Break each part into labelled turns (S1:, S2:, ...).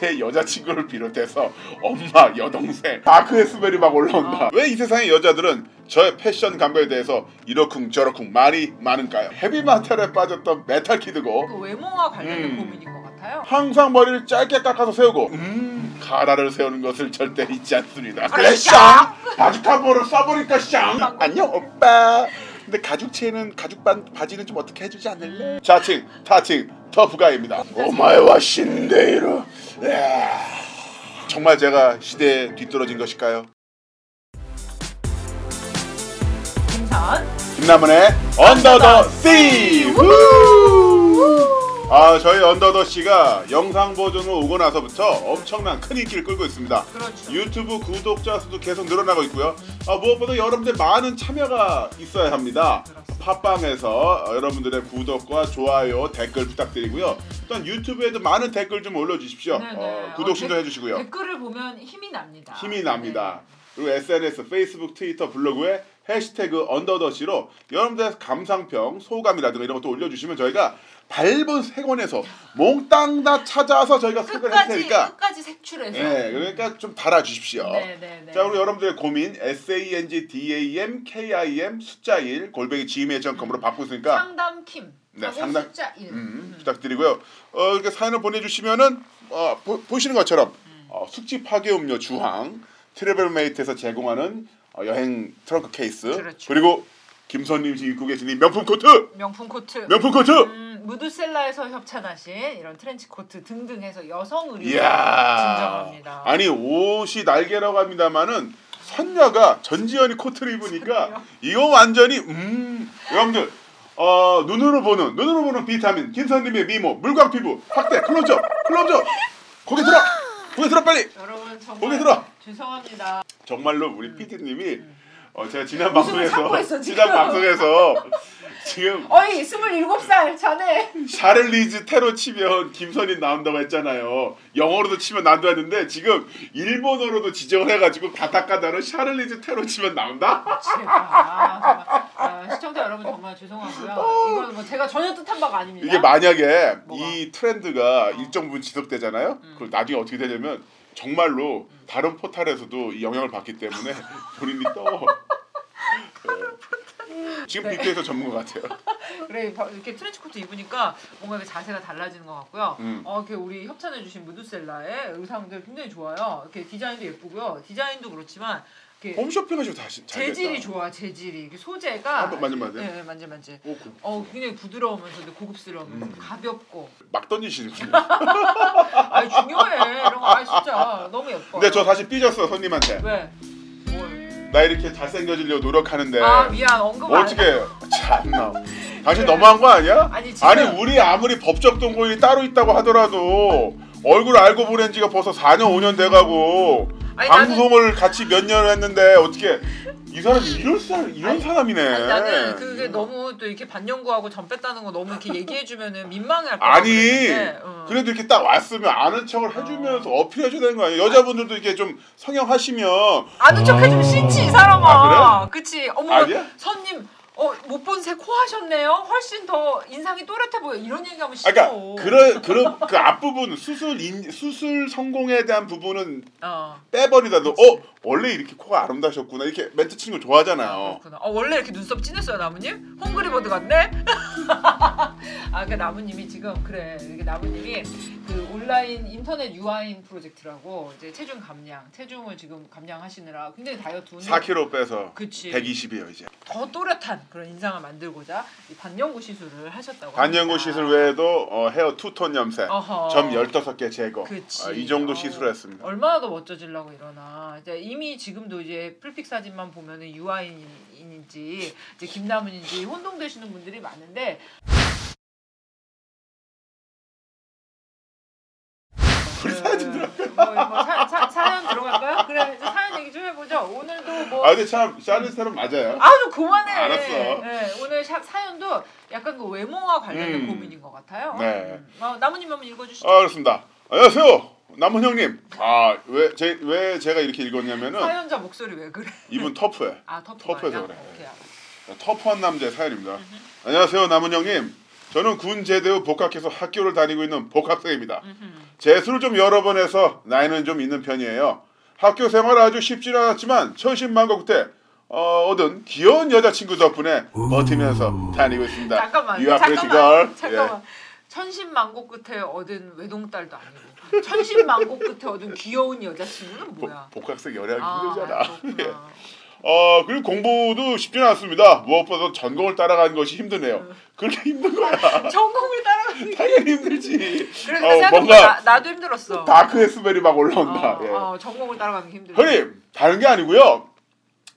S1: 제 여자친구를 비롯해서 엄마, 여동생 다크의 그 스멜이 막 올라온다. 왜 이 세상의 여자들은 저의 패션 감각에 대해서 이러쿵 저러쿵 말이 많은가요? 헤비메탈에 빠졌던 메탈 키드고
S2: 그 외모와 관련된
S1: 음.
S2: 고민인 것 같아요.
S1: 항상 머리를 짧게 깎아서 세우고 음 가라를 세우는 것을 절대 잊지 않습니다.
S2: 그래,
S1: 쌍! 바지카보를 써버릴까 쌍! 안녕 오빠. 근데 가죽체는 가죽 반 바지는 좀 어떻게 해주지 않을래? 자칭 타칭 터프가입니다. 오마이와 신데이로. 이야. 정말 제가 시대에 뒤떨어진 것일까요?
S2: 김선
S1: 김남은의 언더더 씨. 우! 아 저희 언더더 씨가 영상 버전으로 오고 나서부터 엄청난 큰 인기를 끌고 있습니다.
S2: 그렇죠.
S1: 유튜브 구독자 수도 계속 늘어나고 있고요. 아, 무엇보다 여러분들 많은 참여가 있어야 합니다. 팟빵에서 여러분들의 구독과 좋아요, 댓글 부탁드리고요. 또한 유튜브에도 많은 댓글 좀 올려주십시오.
S2: 네, 네.
S1: 어, 구독신도
S2: 어,
S1: 해주시고요.
S2: 댓글을 보면 힘이 납니다.
S1: 힘이 납니다.
S2: 네.
S1: 그리고 SNS, 페이스북, 트위터, 블로그에 해시태그 언더더시로 여러분들의 감상평, 소감이라든가 이런 것도 올려주시면 저희가 밟은 세권에서 몽땅 다 찾아서 저희가
S2: 네.
S1: 소개를 할
S2: 끝까지
S1: 테니까
S2: 끝까지 색출해서.
S1: 예, 그러니까 좀 달아주십시오.
S2: 네네네.
S1: 자, 우리 여러분들의 고민 sangdamkim 숫자 1 골뱅이 gmail.com으로 받고 있으니까
S2: 상담 킴.
S1: 네,
S2: 네,
S1: 상담-
S2: 상담 숫자 1.
S1: 음, 부탁드리고요. 어, 이렇게 사연을 보내주시면은 어, 보, 보시는 것처럼
S2: 음.
S1: 어, 숙지 파괴 음료 주황 트래블메이트에서 제공하는 어, 여행 트렁크 케이스
S2: 그렇죠.
S1: 리고 김선님 지금 입고 계신 이 명품 코트,
S2: 명품 코트.
S1: 명품 코트.
S2: 음, 무드셀라에서 협찬하신 이런 트렌치 코트 등등 해서 여성 의류
S1: 이야.
S2: 진정합니다.
S1: 아니 옷이 날개라고 합니다만은 선녀가 전지현이 코트를 입으니까 이거 완전히 음 여러분들 어 눈으로 보는 눈으로 보는 비타민 김선님의 미모 물광 피부 확대 클로즈업 클로즈업 고개 들어 고개 들어 빨리
S2: 여러분 정말
S1: 고개 들어!
S2: 죄송합니다.
S1: 정말로 우리 PD님이 어 제가 지난
S2: 웃음을 참고
S1: 방송에서
S2: 있어, 지금.
S1: 지난 방송에서 지금
S2: 어이 27살 자네.
S1: 샤를리즈 테러 치면 김선인 나온다고 했잖아요. 영어로도 치면 나온다 했는데 지금 일본어로도 지적을 해가지고 가타카나로 샤를리즈 테러 치면 나온다?
S2: 제발. 아, 정말. 아, 시청자 여러분 정말 죄송하고요. 이건 뭐 제가 전혀 뜻한 바가 아닙니다.
S1: 이게 만약에
S2: 뭐가? 음.
S1: 이 트렌드가 일정 부분 지속되잖아요. 그럼 나중에 어떻게 되냐면 정말로 다른 포탈에서도 이 영향을 받기 때문에 본인이 떠. 예. 지금
S2: 네.
S1: BTS 전문가 같아요.
S2: 그래 바- 이렇게 트렌치 코트 입으니까 뭔가 이렇게 자세가 달라지는 것 같고요.
S1: 음.
S2: 어, 이렇게 우리 협찬해주신 무드셀라의 의상들 굉장히 좋아요. 이렇게 디자인도 예쁘고요. 디자인도 그렇지만 이렇게
S1: 홈쇼핑 하시면 다시 어, 잘
S2: 예. 재질이
S1: 됐다. 아, 뭐,
S2: 좋아 재질이 이게 소재가
S1: 한번 만져봐도 돼요?
S2: 네, 만져 만져.
S1: 오, 그-
S2: 어 굉장히 부드러우면서도 고급스러우면서
S1: 음.
S2: 가볍고
S1: 막 던지시는군요.
S2: 아 중요해 이런 거아 진짜 너무 예뻐.
S1: 근데 저 사실 삐졌어 손님한테.
S2: 왜? 뭘?
S1: 나 이렇게 잘생겨지려고 노력하는데
S2: 아 미안 언급 안
S1: 네. 어떻게 참나 당신 너무한 거 아니야?
S2: 아니, 지금-
S1: 아니 우리 아무리 법적 동거인이 따로 있다고 하더라도 얼굴 알고 보낸 지가 벌써 4년 5년 돼가고
S2: 아니,
S1: 방송을 같이 몇 년을 했는데 어떻게 이 사람 이런 사람 이런
S2: 아니,
S1: 사람이네
S2: 아니, 나는 그게 너무 또 이렇게 반영구하고 점 뺐다는 거 너무 이렇게 얘기해 주면은 민망해할 거
S1: 아니
S2: 그랬는데, 어. 응.
S1: 그래도 이렇게 딱 왔으면 아는 척을 해주면서 어필해 줘야 되는 거 아니야 여자분들도 이게 좀 성형하시면
S2: 아는 척 해주면 싫지 이 사람아.
S1: 아,
S2: 그치? 어머
S1: 아니야?
S2: 선님 어, 못 본 새 코 하셨네요. 훨씬 더 인상이 또렷해 보여. 이런 얘기하면
S1: 아,
S2: 싫어.
S1: 그러니까 그런 그런 그 앞부분 수술 인, 수술 성공에 대한 부분은
S2: 어.
S1: 빼버리다도 어 원래 이렇게 코가 아름다셨구나 이렇게 멘트 치는 거 좋아하잖아요.
S2: 그렇구나. 어, 원래 이렇게 눈썹 진했어요, 나무님? 헝그리버드 같네? 아, 그 나무님이 지금, 그래. 이게 나무님이 그 온라인 인터넷 유아인 프로젝트라고 이제 체중 감량, 체중을 지금 감량하시느라 굉장히 다이어트 운동.
S1: 4kg 빼서
S2: 그치.
S1: 120이에요 이제.
S2: 더 또렷한 그런 인상을 만들고자 이 반영구 시술을 하셨다고.
S1: 단연고
S2: 합니다.
S1: 시술 외에도 어, 헤어 투톤 염색
S2: 어허.
S1: 점 15개 제거
S2: 그치.
S1: 아, 이 정도
S2: 어,
S1: 시술을 했습니다.
S2: 얼마나 더 멋져지려고 이러나. 이제 이미 지금도 이제 풀픽 사진만 보면은 유아인인지 이제 김남은인지 혼동되시는 분들이 많은데. 우리 사연 들어갈까요? 뭐, 뭐 사, 사, 사연 들어갈까요? 그래 이제 사연 얘기 좀 해보죠. 오늘도 뭐
S1: 아 근데 참 샤르스테론 맞아요.
S2: 아좀 그만해.
S1: 알았어.
S2: 네, 오늘 샤, 사연도 약간 그 외모와 관련된
S1: 음.
S2: 고민인 것 같아요.
S1: 네.
S2: 음. 어, 나무님 한번 읽어주시죠.
S1: 아 그렇습니다. 안녕하세요. 남은 형님. 아 왜 제 왜 제가 이렇게 읽었냐면은
S2: 사연자 목소리 왜 그래?
S1: 이분 터프해.
S2: 아 터프
S1: 어. 터프해서
S2: 말이야?
S1: 그래.
S2: 오케이, 알았어.
S1: 터프한 남자의 사연입니다. 안녕하세요 남은 형님. 저는 군 제대 후 복학해서 학교를 다니고 있는 복학생입니다.
S2: 음.
S1: 재수를 좀 여러 번 해서 나이는 좀 있는 편이에요. 학교 생활 아주 쉽지는 않았지만 천신만고 때 어, 얻은 귀여운 여자친구 덕분에 버티면서 다니고 있습니다. 예.
S2: 잠깐만.
S1: You are pretty girl.
S2: 잠깐만. 잠깐만. 천신만고 끝에 얻은 외동딸도 아니고 천신만고 끝에 얻은 귀여운 여자친구는
S1: 예.
S2: 뭐야?
S1: 복- 복학생 열애하기 힘들잖아.
S2: 아, 그렇구나.
S1: 어 그리고 공부도 쉽지는 않습니다. 무엇보다 전공을 따라가는 것이
S2: 음.
S1: 힘드네요. 그렇게 힘든 거야.
S2: 전공을 따라가는 게
S1: 당연히 힘들지.
S2: 그러니까
S1: 아. 어,
S2: 생각해보니까
S1: 뭔가
S2: 나, 나도 힘들었어.
S1: 다크 스멜이 막 올라온다.
S2: 어,
S1: 예.
S2: 어, 전공을 따라가는 게 힘들어.
S1: 형님 다른 게 아니고요.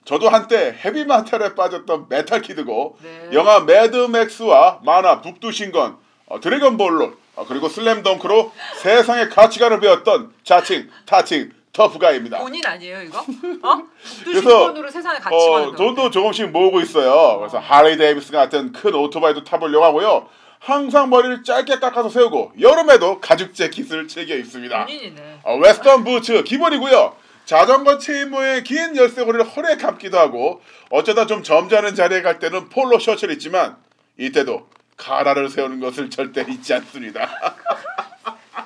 S1: 저도 한때 헤비 메탈에 빠졌던 메탈 키드고
S2: 네.
S1: 영화 매드맥스와 만화 북두신건 어, 드래곤볼로 어, 그리고 슬램덩크로 세상의 가치관을 배웠던 자칭 타칭 터프가입니다. 어,
S2: 본인 아니에요 이거? 어?
S1: 그래서,
S2: 북두신권으로 세상에 같이 가는
S1: 어, 돈도 조금씩 모으고 있어요.
S2: 아.
S1: 그래서 할리 데이비스 같은 큰 오토바이도 타보려고 하고요. 항상 머리를 짧게 깎아서 세우고 여름에도 가죽 재킷을 챙겨 입습니다.
S2: 본인이네.
S1: 어, 웨스턴 부츠 기본이고요. 자전거 체인모의 긴 열쇠고리를 허리에 감기도 하고 어쩌다 좀 점잖은 자리에 갈 때는 폴로 셔츠를 입지만 이때도 가라를 세우는 것을 절대 잊지 않습니다.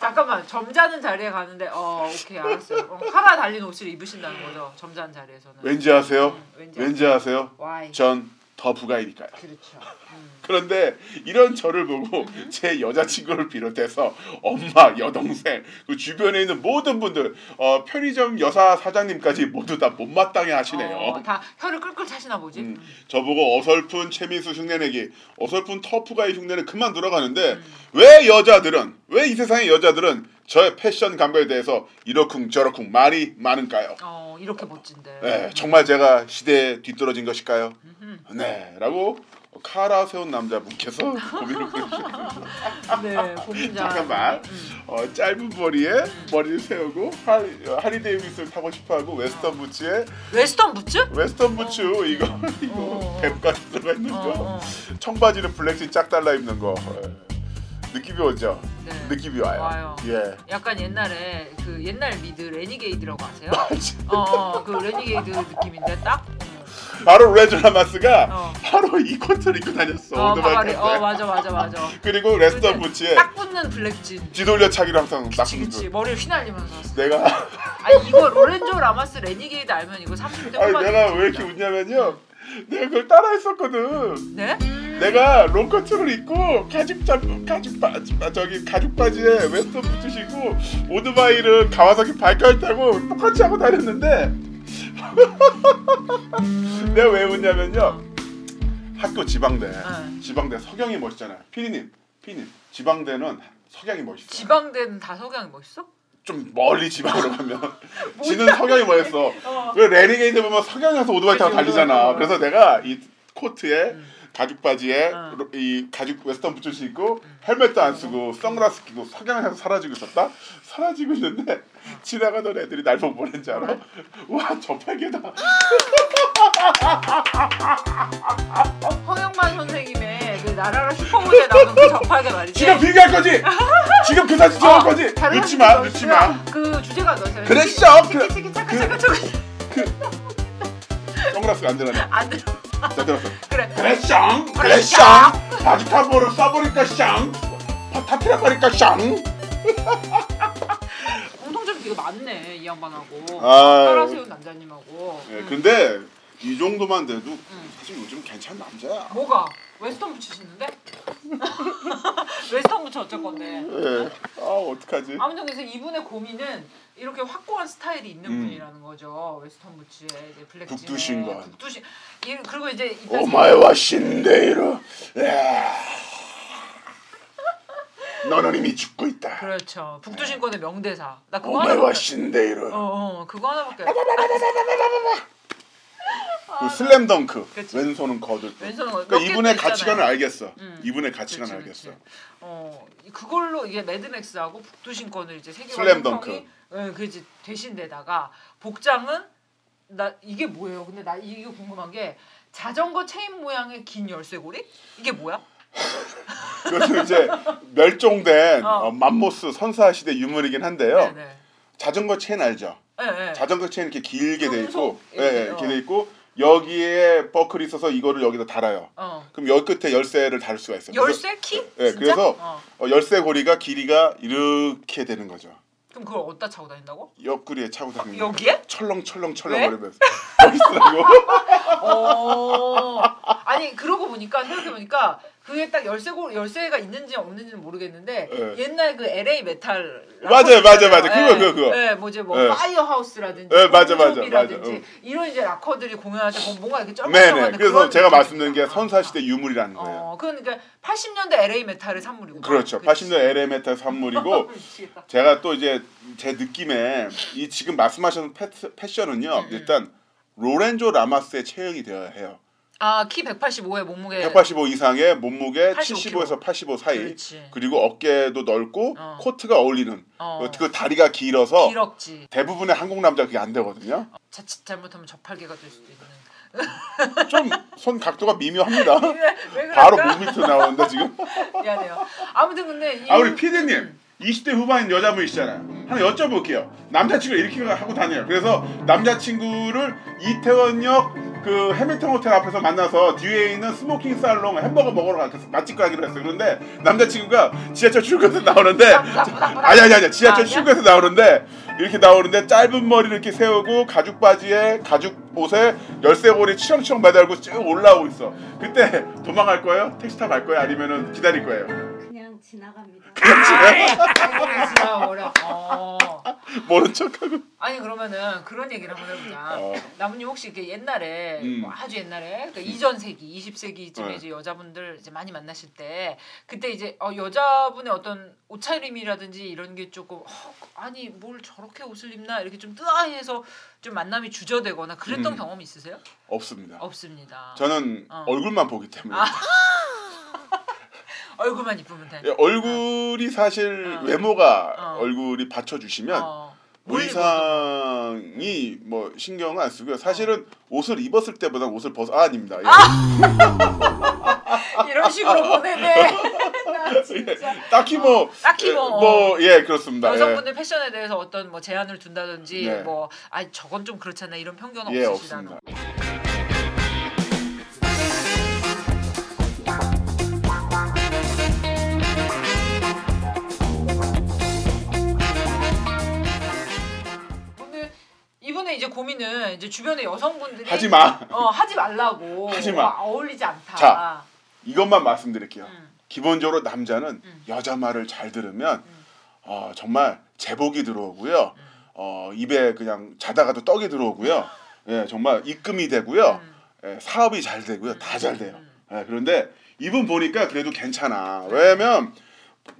S2: 잠깐만 점잖은 자리에 가는데 어 오케이 알았어요. 어, 카라 달린 옷을 입으신다는 거죠. 점잖은 자리에서는.
S1: 왠지 아세요?
S2: 왠지
S1: 왠지 아세요?
S2: 와이.
S1: 전 더부가이니까요.
S2: 그렇죠. 음.
S1: 그런데 이런 저를 보고 제 여자친구를 비롯해서 엄마, 여동생, 그 주변에 있는 모든 분들, 어, 편의점 여사 사장님까지 모두 다 못마땅해 하시네요.
S2: 어, 다 혀를 끌끌 차시나 보지.
S1: 음,
S2: 음.
S1: 저보고 어설픈 최민수 흉내내기, 어설픈 터프가이 흉내는 그만 들어가는데
S2: 음.
S1: 왜 여자들은 왜 이 세상의 여자들은 저의 패션 감각에 대해서 이러쿵 저러쿵 말이 많은가요?
S2: 어 이렇게 멋진데.
S1: 네, 정말 제가 시대에 뒤떨어진 것일까요? 네라고 카라 세운 남자 묵혀서 고민을 해주셨습니다.
S2: 네, 고민자.
S1: 잠깐만.
S2: 음.
S1: 어, 짧은 머리에 머리를 세우고 하리, 하리 데이비스를 타고 싶어하고 웨스턴 부츠에
S2: 웨스턴 부츠?
S1: 웨스턴 부츠 이거 이거
S2: 어.
S1: 뱀까지 들어가 있는
S2: 어,
S1: 거.
S2: 어.
S1: 청바지는 블랙진 짝 달라 입는 거 예. 느낌이 오죠?
S2: 네.
S1: 느낌이 와요.
S2: 와요.
S1: 예.
S2: 약간 옛날에 그 옛날 미드 레니게이드라고 아세요? 어, 어, 그 레니게이드 느낌인데 딱. 음.
S1: 바로 레드라마스가
S2: 어.
S1: 바로 이 코트를 입고 다녔어.
S2: 어,
S1: 아, 오토바이
S2: 바가리.
S1: 탈 때.
S2: 어, 맞아, 맞아, 맞아.
S1: 그리고 레스턴
S2: 근데
S1: 부츠에
S2: 딱 붙는 블랙진.
S1: 뒤돌려 차기로 항상 딱 네.
S2: 그치, 그치. 머리를 휘날리면서. 왔어.
S1: 내가
S2: 아니 이거 로렌조 라마스 레니게이드 알면 이거 30대
S1: 아니,
S2: 후반.
S1: 내가 왜 이렇게 웃냐면요. 내가 그걸 따라했었거든.
S2: 네?
S1: 내가 롱코트를 입고 가죽 잡 가죽 바 아, 저기 가죽 바지에 웨스턴 붙으시고 오토바이를 가와사키 발가를 타고 똑같이 하고 다녔는데 내가 왜 웃냐면요 학교 지방대
S2: 네.
S1: 지방대 석양이 멋있잖아요 피디님 피디님 지방대는 석양이 멋있어
S2: 지방대는 다 석양이 멋있어?
S1: 좀 멀리 지방으로 가면 지는 석양이 멋있어
S2: 어.
S1: 왜 레니게이드 보면 석양에서 오토바이 타고 음.
S2: 그치,
S1: 달리잖아.
S2: 오토바이.
S1: 그래서 내가 이 코트에 가죽 바지에
S2: 어.
S1: 로- 이 가죽 웨스턴 부츠를 입고 헬멧도 안 쓰고 선글라스 끼고 석양에서 사라지고 있었다. 사라지고 있는데 지나가던 애들이 날 보고 뭐랬는지 알아? 와 저팔계다.
S2: 허영만 선생님의 그 나라라 슈퍼모델 나오는 그 접하게 말이지.
S1: 지금 비교할 거지. 지금 그 사진 저을 거지.
S2: 다른
S1: 늦지 마,
S2: 사람들
S1: 늦지
S2: 넣었어요.
S1: 마.
S2: 그 주제가 넣었어요.
S1: 그래,
S2: 치키,
S1: 시작.
S2: 치키,
S1: 그-
S2: 치키, 차크,
S1: 그-
S2: 차크, 차크.
S1: 선글라스가 안 되나?
S2: 안 들어.
S1: 잘 들었어.
S2: 그래.
S1: 그래 쌍,
S2: 그래,
S1: 그래
S2: 쌍.
S1: 쌍. 바지 카보를 써버릴까 쌍. 파타트라 버릴까 쌍.
S2: 공통점이 되게 많네 이 양반하고.
S1: 아,
S2: 따라 세운 남자님하고.
S1: 예,
S2: 음.
S1: 근데 이 정도만 돼도
S2: 음.
S1: 사실 요즘 괜찮은 남자야.
S2: 뭐가? 웨스턴 붙이시는데? 웨스턴 붙여 어쩔 건데.
S1: 예. 아 어떡하지?
S2: 아무튼 그래서 이분의 고민은 이렇게 확고한 스타일이 있는
S1: 음.
S2: 분이라는 거죠. 웨스턴 부츠에 이제 블랙
S1: 북두신관.
S2: 북두신. 이- 그리고 이제 일단
S1: 오마이와 신데이로. 야. 너는 이미 죽고 있다.
S2: 그렇죠. 북두신권의 명대사. 나 그거
S1: 네. 오마이와
S2: 하나밖에.
S1: 신데이로.
S2: 어, 어, 그거 하나밖에.
S1: 그 슬램덩크.
S2: 그치.
S1: 왼손은 거들.
S2: 왼손은 거들.
S1: 그러니까
S2: 몇
S1: 이분의
S2: 개도 있잖아요.
S1: 가치관을 알겠어.
S2: 음.
S1: 이분의 가치관을
S2: 그치,
S1: 알겠어.
S2: 그치. 어, 이- 그걸로 이게 매드맥스하고 북두신권을 이제 세계관
S1: 슬램덩크.
S2: 형성이, 예, 그 이제 되신 데다가 복장은 나 이게 뭐예요? 근데 나 이거 궁금한 게 자전거 체인 모양의 긴 열쇠고리? 이게 뭐야?
S1: 그것은 이제 멸종된
S2: 어.
S1: 어, 맘모스 선사 시대 유물이긴 한데요.
S2: 네.
S1: 자전거 체인 알죠?
S2: 네, 네.
S1: 자전거 체인 이렇게 길게 돼 있고,
S2: 금속
S1: 예, 예,
S2: 이렇게,
S1: 이렇게
S2: 어.
S1: 돼 있고 여기에 버클이 있어서 이거를 여기다 달아요.
S2: 어.
S1: 그럼 여 끝에 열쇠를 달을 수가 있어요. 그래서-
S2: 열쇠 키?
S1: 예,
S2: 진짜?
S1: 그래서-
S2: 어.
S1: 어, 열쇠 고리가 길이가 이렇게 되는 거죠.
S2: 그럼 그걸 어디다 차고 다닌다고?
S1: 옆구리에 차고 다니는 거.
S2: 아, 여기에? 네?
S1: 철렁철렁
S2: 왜?
S1: 철렁거리면서 버리더라고.
S2: 어. 아니 그러고 보니까 생각해 보니까 그게 딱 열쇠고 열쇠가 있는지 없는지는 모르겠는데
S1: 예.
S2: 옛날 그 LA 메탈
S1: 맞아요, 맞아요,
S2: 락커들이잖아요.
S1: 맞아요. 그거,
S2: 예.
S1: 그거, 그거.
S2: 예, 뭐지 뭐
S1: 예.
S2: 파이어 하우스라든지,
S1: 예, 맞아, 맞아,
S2: 홈쇼핑이라든지
S1: 맞아, 응.
S2: 이런 이제 락커들이 공연할 때 보면 뭔가 이렇게
S1: 네네.
S2: 쩔렁쩔렁한
S1: 그래서 제가 말씀드린 게 선사시대 유물이라는 거예요.
S2: 어, 네, 그건 그러니까 80년대 LA 메탈의 산물이고.
S1: 그렇죠. 80년 LA 메탈 산물이고
S2: 미치겠다.
S1: 제가 또 이제 제 느낌에 이 지금 말씀하신 패스- 패션은요.
S2: 음.
S1: 일단 로렌조 라마스의 체형이 되어야 해요.
S2: 아, 키 185에 몸무게
S1: 185 이상의 몸무게
S2: 85
S1: 75에서 85 사이.
S2: 네. 그렇지.
S1: 그리고 어깨도 넓고
S2: 어.
S1: 코트가 어울리는
S2: 어.
S1: 그 다리가 길어서
S2: 길었지.
S1: 대부분의 한국 남자 그게 안 되거든요.
S2: 자칫 잘못하면 저팔계가 될 수도 있는.
S1: 좀 손 각도가 미묘합니다.
S2: 왜, 왜 아, 그럴까?
S1: 바로 물밑으로 나오는데 지금.
S2: 미안해요. 아무튼 근데 이... 음,
S1: 아 우리 피디님 20대 후반인 여자분이시잖아요. 하나 여쭤볼게요. 남자친구 이렇게 하고 다녀요. 그래서 남자친구를 이태원역 그 해밀턴 호텔 앞에서 만나서 뒤에 있는 스모킹 살롱 햄버거 먹으러 갔어요. 맛집 가기로 했어요. 그런데 남자친구가 지하철 출구에서 나오는데 아니 아니 아니 지하철
S2: 아니야?
S1: 출구에서 나오는데 이렇게 나오는데 짧은 머리를 이렇게 세우고 가죽 바지에 가죽 옷에 열쇠고리 치렁치렁 매달고 쭉 올라오고 있어. 그때 도망갈 거예요? 택시 타고 갈 거예요? 아니면은 기다릴 거예요?
S3: 그냥 지나갑니다.
S2: 지나버려. 어.
S1: 모른 척하고.
S2: 아니 그러면은 그런 얘기를 한번 해보자.
S1: 어.
S2: 나무님 혹시 이게 옛날에
S1: 음.
S2: 뭐 아주 옛날에 그러니까 이전 세기 20세기쯤에
S1: 네.
S2: 이제 여자분들 이제 많이 만나실 때 그때 이제 어, 여자분의 어떤 옷차림이라든지 이런 게 조금 어, 아니 뭘 저렇게 옷을 입나 이렇게 좀 뜨아해서 좀 만남이 주저되거나 그랬던
S1: 음.
S2: 경험 있으세요?
S1: 없습니다.
S2: 없습니다.
S1: 저는
S2: 어.
S1: 얼굴만 보기 때문에
S2: 아. 얼굴만 이쁘면 돼.
S1: 예, 얼굴이 사실
S2: 어.
S1: 외모가
S2: 어.
S1: 얼굴이 받쳐주시면
S2: 어.
S1: 뭐 이상이 뭐 신경을 안 쓰고요. 사실은
S2: 어.
S1: 옷을 입었을 때보다 옷을 벗어 아, 아닙니다. 예.
S2: 이런 식으로 보내네. 나 진짜.
S1: 딱히 뭐
S2: 어, 딱히 뭐,
S1: 예, 뭐, 예 그렇습니다. 예.
S2: 여성분들 패션에 대해서 어떤 뭐 제한을 둔다든지
S1: 네.
S2: 뭐 아 저건 좀 그렇잖아 이런 편견은
S1: 예
S2: 없으시잖아.
S1: 없습니다.
S2: 오늘 이분의 이제 고민은 이제 주변의 여성분들이
S1: 하지 마.
S2: 어 하지 말라고
S1: 하지 마.
S2: 어, 어울리지 않다.
S1: 자. 이것만 말씀드릴게요.
S2: 음.
S1: 기본적으로 남자는
S2: 음.
S1: 여자 말을 잘 들으면
S2: 음.
S1: 어, 정말 제복이 들어오고요. 어, 입에 그냥 자다가도 떡이 들어오고요. 예, 정말 입금이 되고요.
S2: 아. 음.
S1: 예, 사업이 잘 되고요. 다 잘 돼요.
S2: 음.
S1: 예, 그런데 이분 보니까 그래도 괜찮아. 왜냐면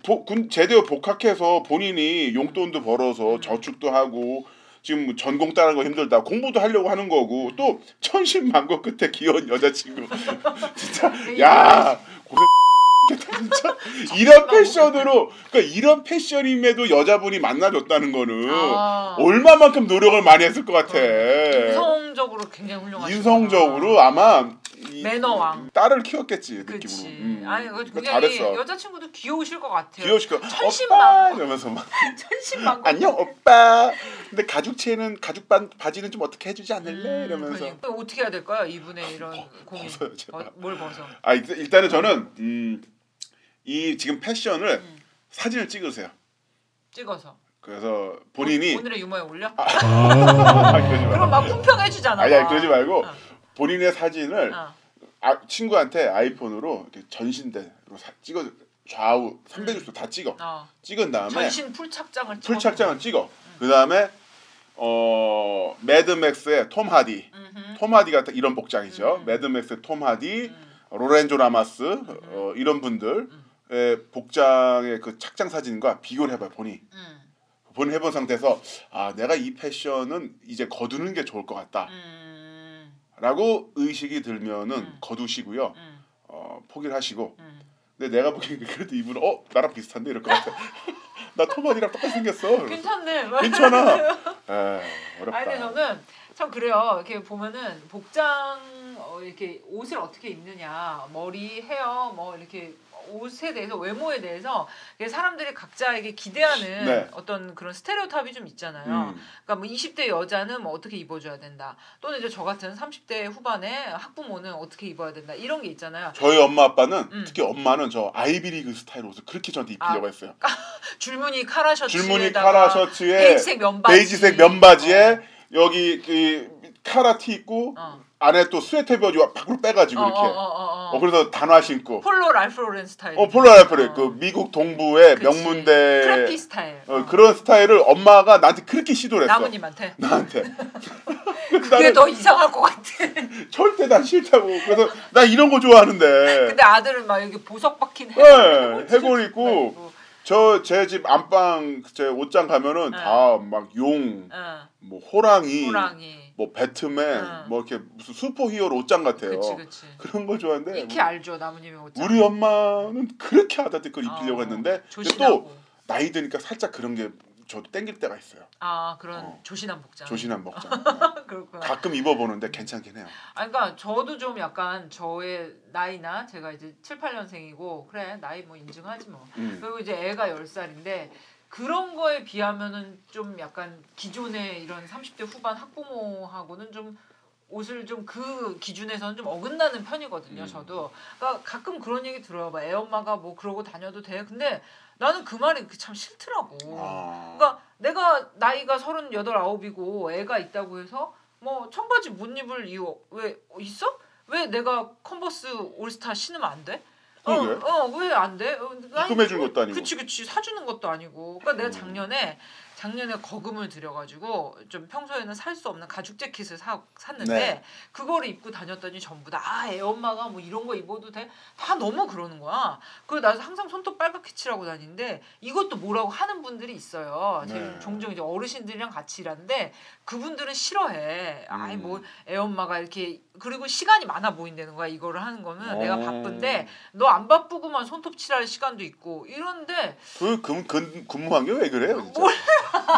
S1: 보- 군 제대로 복학해서 본인이 용돈도 벌어서 저축도 하고 지금 뭐 전공 따는 거 힘들다. 공부도 하려고 하는 거고 또 천신만고 끝에 귀여운 여자친구. 진짜
S2: 아,
S1: 야 고생. X겠다, 진짜 이런 패션으로 그러니까 이런 패션임에도 여자분이 만나줬다는 거는
S2: 아.
S1: 그
S2: 어,
S1: 얼마만큼 노력을 많이 했을 것 같아.
S2: 인성적으로 굉장히 훌륭한
S1: 인성적으로 아마 이-
S2: 매너왕.
S1: 딸을 키웠겠지
S2: 그렇지.
S1: 느낌으로. 음.
S2: 아니 그
S1: 그러니까
S2: 굉장히
S1: 잘했어.
S2: 여자친구도 귀여우실 것 같아요.
S1: 귀여우시고 "어,
S2: 천신만고.
S1: 오빠 이러면서 막
S2: 천신만고.
S1: 안녕 오빠. 근데 가죽체는 가죽 반 바지는 좀 어떻게 해주지 않을래
S2: 음,
S1: 이러면서.
S2: 그러니까 어떻게 해야 될까요? 이분의 이런 고민.
S1: 벗어요, 제발.
S2: 어, 뭘 벗어?
S1: 아 일단- 일단은 저는 음, 이 지금 패션을
S2: 음.
S1: 사진을 찍으세요.
S2: 찍어서.
S1: 그래서 본인이
S2: 오, 늘의 유머에 올려?
S1: 아, 그러지 마.
S2: 그럼 막 품평해 주잖아.
S1: 아니, 아니 그러지 말고
S2: 어.
S1: 본인의 사진을
S2: 어.
S1: 아, 친구한테 아이폰으로 이렇게 전신대로 사- 찍어 좌우 360도 다 찍어
S2: 어.
S1: 찍은 다음에
S2: 전신 풀착장을 찍어.
S1: 풀착장을 찍어. 그 다음에 어 매드맥스의 톰 하디,
S2: 음흠.
S1: 톰 하디 같은 이런 복장이죠.
S2: 음.
S1: 매드맥스의 톰 하디,
S2: 음.
S1: 로렌조 라마스 어, 이런 분들의 복장의 그 착장 사진과 비교를 해봐요 본인.
S2: 음.
S1: 본인 해본 상태에서 아 내가 이 패션은 이제 거두는 게 좋을 것 같다라고
S2: 음.
S1: 의식이 들면은
S2: 음.
S1: 거두시고요.
S2: 음.
S1: 어, 포기를 하시고.
S2: 음.
S1: 근데 내가 보기엔 그래도 이분은 어 나랑 비슷한데 이럴 것 같아. 나톰 하디랑 똑같이 생겼어. 그래서
S2: 음. 괜찮네.
S1: 괜찮아. 에, 어렵다.
S2: 아니 근데 저는 참 그래요. 이렇게 보면은 복장 어, 어, 이렇게 옷을 어떻게 입느냐, 머리, 헤어, 뭐 이렇게 옷에 대해서 외모에 대해서 이게 사람들이 각자에게 기대하는
S1: 네.
S2: 어떤 그런 스테레오타입이 좀 있잖아요.
S1: 음.
S2: 그러니까 뭐 20대 여자는 뭐 어떻게 입어줘야 된다. 또는 이제 저 같은 30대 후반에 학부모는 어떻게 입어야 된다. 이런 게 있잖아요.
S1: 저희 엄마 아빠는
S2: 음. 아,
S1: 특히 엄마는 저 아이비리그 스타일 옷을 그렇게 저한테 입히려고 했어요.
S2: 줄무늬 카라 셔츠에다가
S1: 줄무늬 카라 셔츠에
S2: 베이지색 면바지.
S1: 베이지색 면바지에 여기 그 카라 티 입고
S2: 어. 어.
S1: 안에 또 스웨터 바지 밖으로 빼가지고
S2: 어,
S1: 이렇게
S2: 어, 어, 어, 어.
S1: 어, 그래서 단화 신고
S2: 폴로 랄프 로렌 스타일.
S1: 어 폴라 라이프를
S2: 어.
S1: 그 미국 동부의
S2: 그치. 트래피
S1: 명문대
S2: 스타일.
S1: 어, 그런 스타일을 엄마가 나한테 그렇게 시도를 했어
S2: 나무님한테.
S1: 나한테
S2: 그게
S1: 나는
S2: 더 이상할 것 같아.
S1: 네. 절대 난 싫다고 그래서 나 이런 거 좋아하는데
S2: 근데 아들은 막 여기 보석 박힌
S1: 예, 해골
S2: 해골
S1: 입고. 저 제 집 안방 제 옷장 가면은
S2: 네.
S1: 다 막 용 뭐
S2: 응.
S1: 호랑이,
S2: 어, 호랑이.
S1: 뭐 배트맨
S2: 네.
S1: 뭐 이렇게 무슨 슈퍼히어로 옷장 같아요
S2: 그치 그치.
S1: 그런 걸 좋아하는데 뭐
S2: 익히 알죠 나무님이 옷장.
S1: 우리 엄마는 그렇게 하다한테 그걸 입히려고
S2: 어,
S1: 했는데 근데 또
S2: 조신하고.
S1: 나이 드니까 살짝 그런 게 저도 땡길 때가 있어요.
S2: 아 그런
S1: 어.
S2: 조신한 복장.
S1: 조신한 먹자. 어,
S2: 그렇구나.
S1: 가끔 입어보는데 괜찮긴 해요.
S2: 아, 그러니까 저도 좀 약간 저의 나이나 제가 이제 7, 8년생이고 그래 나이 뭐 인증하지 뭐.
S1: 음.
S2: 그리고 이제 애가 10살인데 그런 거에 비하면은 좀 약간 기존의 이런 30대 후반 학부모하고는 좀 옷을 좀 그 기준에서는 좀 어긋나는 편이거든요,
S1: 음.
S2: 저도. 그러니까 가끔 그런 얘기 들어요. 막 애 엄마가 뭐 그러고 다녀도 돼. 근데 나는 그 말이 참 싫더라고.
S1: 아.
S2: 그러니까 내가 나이가 서른여덟 아홉이고 애가 있다고 해서 뭐 청바지 못 입을 이유 왜 있어? 왜 내가 컨버스 올스타 신으면 안 돼?
S1: 그러게.
S2: 어왜 안 돼? 어, 나
S1: 입금해 준
S2: 이거-
S1: 것도 아니고.
S2: 그치 그치 사주는 것도 아니고. 그러니까 내가
S1: 음.
S2: 작년에 작년에 거금을 들여가지고 좀 평소에는 살 수 없는 가죽 재킷을 사 샀는데
S1: 네.
S2: 그거를 입고 다녔더니 전부 다 아 애 엄마가 뭐 이런 거 입어도 돼? 다 너무 그러는 거야. 그리고 나서 항상 손톱 빨갛게 칠하고 다니는데 이것도 뭐라고 하는 분들이 있어요. 제
S1: 네.
S2: 종종 이제 어르신들이랑 같이 일하는데 그분들은 싫어해. 아이
S1: 음.
S2: 뭐 애 엄마가 이렇게 그리고 시간이 많아 보인다는 거야. 이거를 하는 거는 네, 내가
S1: 어.
S2: 바쁜데 너 안 바쁘고만 손톱 칠할 시간도 있고 이런데
S1: 그 근, 근, 근무한 게 왜 그래요? 진짜?
S2: 몰라.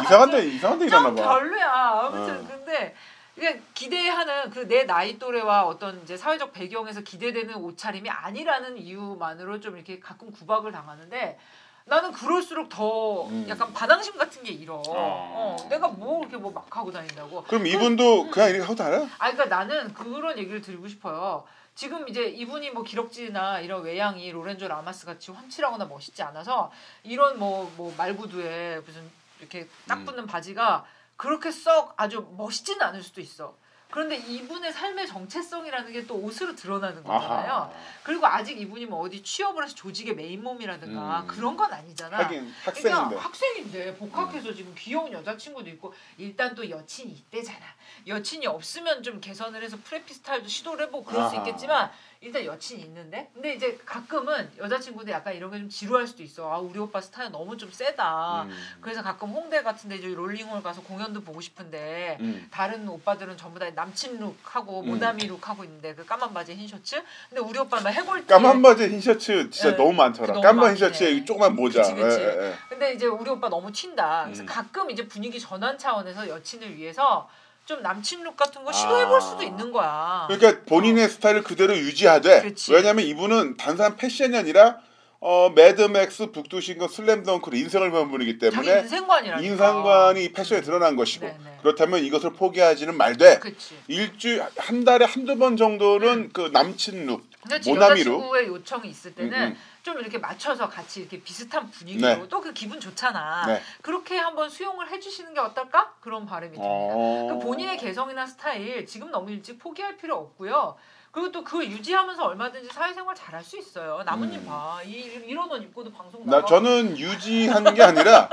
S1: 이상한데 이상한데 일하나
S2: 좀
S1: 봐.
S2: 별로야. 아무튼
S1: 어.
S2: 근데 그냥 기대하는 그 내 나이 또래와 어떤 이제 사회적 배경에서 기대되는 옷차림이 아니라는 이유만으로 좀 이렇게 가끔 구박을 당하는데 나는 그럴수록 더
S1: 음.
S2: 약간 반항심 같은 게 일어.
S1: 아.
S2: 어, 내가 뭐 이렇게 뭐 막 하고 다닌다고.
S1: 그럼
S2: 음.
S1: 이분도 그냥 이렇게 하고 다녀요?
S2: 아 그러니까 나는 그런 얘기를 드리고 싶어요. 지금 이제 이분이 뭐 기럭지나 이런 외양이 로렌조 라마스 같이 환칠하거나 멋있지 않아서 이런 뭐 뭐 말구두에 무슨 이렇게 딱
S1: 음.
S2: 붙는 바지가 그렇게 썩 아주 멋있지는 않을 수도 있어. 그런데 이분의 삶의 정체성이라는 게 또 옷으로 드러나는 거잖아요.
S1: 아하.
S2: 그리고 아직 이분이 뭐 어디 취업을 해서 조직의 메인몸이라든가
S1: 음.
S2: 그런 건 아니잖아.
S1: 하긴 학생인데. 음.
S2: 그러니까 학생인데 복학해서 지금 귀여운 여자친구도 있고 일단 또 여친이 있대잖아. 여친이 없으면 좀 개선을 해서 프레피 스타일도 시도를 해보고 그럴 수
S1: 아하.
S2: 있겠지만 일단 여친이 있는데 근데 이제 가끔은 여자친구도 약간 이런 게 좀 지루할 수도 있어. 아 우리 오빠 스타일 너무 좀 세다.
S1: 음.
S2: 아, 그래서 가끔 홍대 같은데 이제 롤링홀 가서 공연도 보고 싶은데
S1: 음.
S2: 다른 오빠들은 전부 다 남친 룩하고
S1: 음.
S2: 모나미 룩하고 있는데 그 까만 바지 흰 셔츠. 근데 우리 오빠는 막 해골
S1: 까만 바지 흰 셔츠 진짜
S2: 예.
S1: 너무 많더라.
S2: 네. 너무
S1: 까만 흰
S2: 많긴
S1: 셔츠에
S2: 해.
S1: 조그만 모자.
S2: 그치, 그치.
S1: 예, 예, 예.
S2: 근데 이제 우리 오빠 너무 튄다. 그래서
S1: 음.
S2: 가끔 이제 분위기 전환 차원에서 여친을 위해서 좀 남친 룩 같은 거 시도해 볼
S1: 아.
S2: 수도 있는 거야.
S1: 그러니까 본인의 스타일을 그대로 유지하되
S2: 어. 그치.
S1: 왜냐면 이분은 단순한 패션이 아니라 어 매드맥스 북두신거 슬램덩크로 인생을 배운 분이기
S2: 자기
S1: 때문에
S2: 인생관이라니까.
S1: 인상관이 이 패션에 드러난 것이고
S2: 네네.
S1: 그렇다면 이것을 포기하지는 말되
S2: 그치.
S1: 일주 한 달에 한두 번
S2: 음.
S1: 정도는 그 남친 룩
S2: 근데 지금
S1: 모나미로
S2: 여자친구의 요청이 있을 때는
S1: 음, 음.
S2: 좀 이렇게 맞춰서 같이 이렇게 비슷한 분위기로
S1: 네.
S2: 또 그 기분 좋잖아.
S1: 네.
S2: 그렇게 한번 수용을 해주시는 게 어떨까? 그런 바람이 듭니다.
S1: 어.
S2: 그 본인의 개성이나 스타일 지금 너무 일찍 포기할 필요 없고요. 그리고 또 그걸 유지하면서 얼마든지 사회생활 잘할 수 있어요. 나뭇잎
S1: 음.
S2: 봐. 이, 이런 옷 입고도 방송
S1: 나
S2: 나가.
S1: 저는 유지한 게 아니라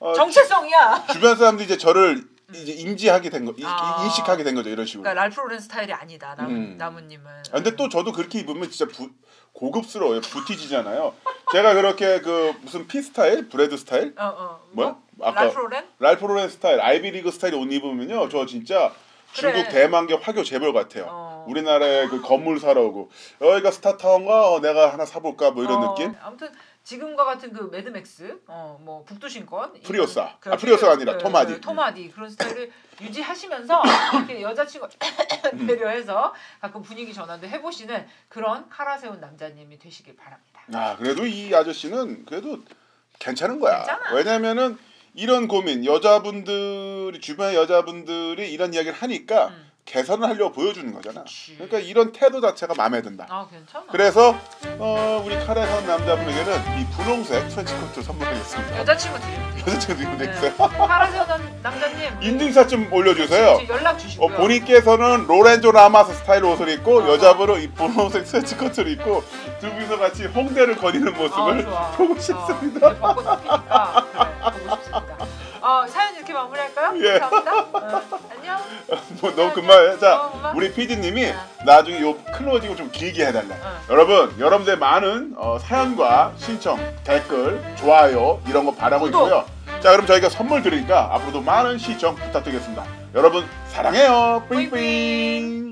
S1: 어,
S2: 정체성이야.
S1: 주변 사람들이 이제 저를 이제 인지하게 된 거, 이-
S2: 음. 아.
S1: 인식하게 된 거죠 이런 식으로.
S2: 그러니까 랄프 로렌 스타일이 아니다. 나무
S1: 음.
S2: 나무님은.
S1: 아, 근데 또 저도 그렇게 입으면 진짜 부- 고급스러워요. 부티지잖아요. 제가 그렇게 그 무슨 피 스타일, 브레드 스타일,
S2: 어, 어.
S1: 뭐야?
S2: 뭐?
S1: 아까-
S2: 랄프 로렌?
S1: 랄프 로렌 스타일, 아이비리그 스타일 옷 입으면요, 저 진짜
S2: 그래.
S1: 중국 대만계 화교 재벌 같아요.
S2: 어.
S1: 우리나라에 그 건물 사러 오고 여기가 스타타운가 어, 내가 어, 하나 사볼까 뭐 이런
S2: 어,
S1: 느낌.
S2: 아무튼 지금과 같은 그 매드맥스, 어 뭐 국도신권,
S1: 프리오사.
S2: 그
S1: 아, 프리오사가 아니라
S2: 그,
S1: 토마디.
S2: 그 토마디 그런 스타일을 유지하시면서 이렇게 여자친구
S1: 음.
S2: 배려해서 가끔 분위기 전환도 해보시는 그런 카라세운 남자님이 되시길 바랍니다.
S1: 아 그래도 이 아저씨는 그래도 괜찮은 거야.
S2: 괜찮아.
S1: 왜냐면은 이런 고민 여자분들이 주변의 여자분들이 이런 이야기를 하니까
S2: 음.
S1: 개선을 하려고 보여주는 거잖아.
S2: 그치.
S1: 그러니까 이런 태도 자체가 마음에 든다.
S2: 아 괜찮아.
S1: 그래서 어, 우리 카라선 남자분에게는 이 분홍색 트렌치 코트 선물드리겠습니다.
S2: 여자친구 드립니다.
S1: 여자친구 이거
S2: 네.
S1: 있어요?
S2: 카라세운 남- 남자님
S1: 인증샷 좀 올려주세요.
S2: 지금 연락
S1: 어,
S2: 주시고요.
S1: 본인께서는 로렌조 라마스 스타일 옷을 입고
S2: 어.
S1: 여자분은 이 분홍색 트렌치 코트를 입고 두 분이서 같이 홍대를 거니는 모습을
S2: 아, 좋아.
S1: 보고 싶습니다.
S2: 어, 이제 벚꽃 피니까 그래, 보고 싶습니다. 어, 사연 이렇게 마무리할까요?
S1: 예.
S2: 감사합니다. 어, 안녕.
S1: 뭐 너무 금방해. 자,
S2: 어, 금방.
S1: 우리 PD님이
S2: 네.
S1: 나중에 요 클로징을 좀 길게 해달래.
S2: 어.
S1: 여러분, 여러분들 의 많은 어, 사연과 신청, 댓글, 좋아요 이런 거 바라고
S2: 구독.
S1: 있고요. 자, 그럼 저희가 선물 드리니까 앞으로도 많은 시청 부탁드리겠습니다. 여러분 사랑해요. 뿌잉뿌잉.